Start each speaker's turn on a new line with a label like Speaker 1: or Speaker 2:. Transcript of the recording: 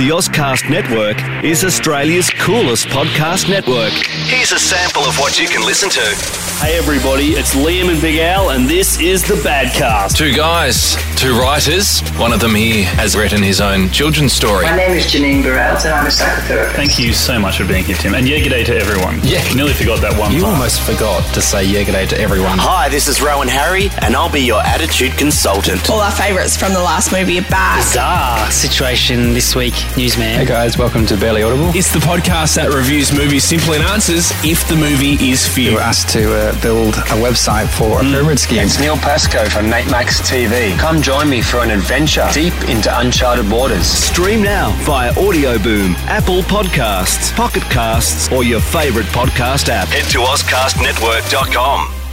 Speaker 1: The Ozcast Network is Australia's coolest podcast network. Here's a sample of what you can listen to.
Speaker 2: Hey everybody, it's Liam and Big Al, and this is the Badcast.
Speaker 3: Two guys, two writers. One of them here has written his own children's story.
Speaker 4: My name is Janine Burrells and I'm a psychotherapist.
Speaker 2: Thank you so much for being here, Tim, and yeah, g'day to everyone.
Speaker 3: Yeah.
Speaker 2: nearly forgot that one.
Speaker 5: You
Speaker 2: part.
Speaker 5: almost forgot to say yeah g'day to everyone.
Speaker 6: Hi, this is Rowan Harry, and I'll be your attitude consultant.
Speaker 7: all our favourites from the last movie are back.
Speaker 8: bizarre situation this week,
Speaker 5: Hey
Speaker 8: newsman.
Speaker 5: guys, welcome to Barely Audible.
Speaker 9: It's the podcast that reviews movies simply and answers if the movie is for
Speaker 5: We
Speaker 9: you. Mm.
Speaker 5: were asked to uh, build a website for a pyramid scheme.
Speaker 10: It's Neil Pascoe from Nate Max TV. Come join me for an adventure deep into uncharted waters.
Speaker 1: Stream now via Audio Boom, Apple Podcasts, Pocket Casts, or your favorite podcast app. Head to OzcastNetwork.com.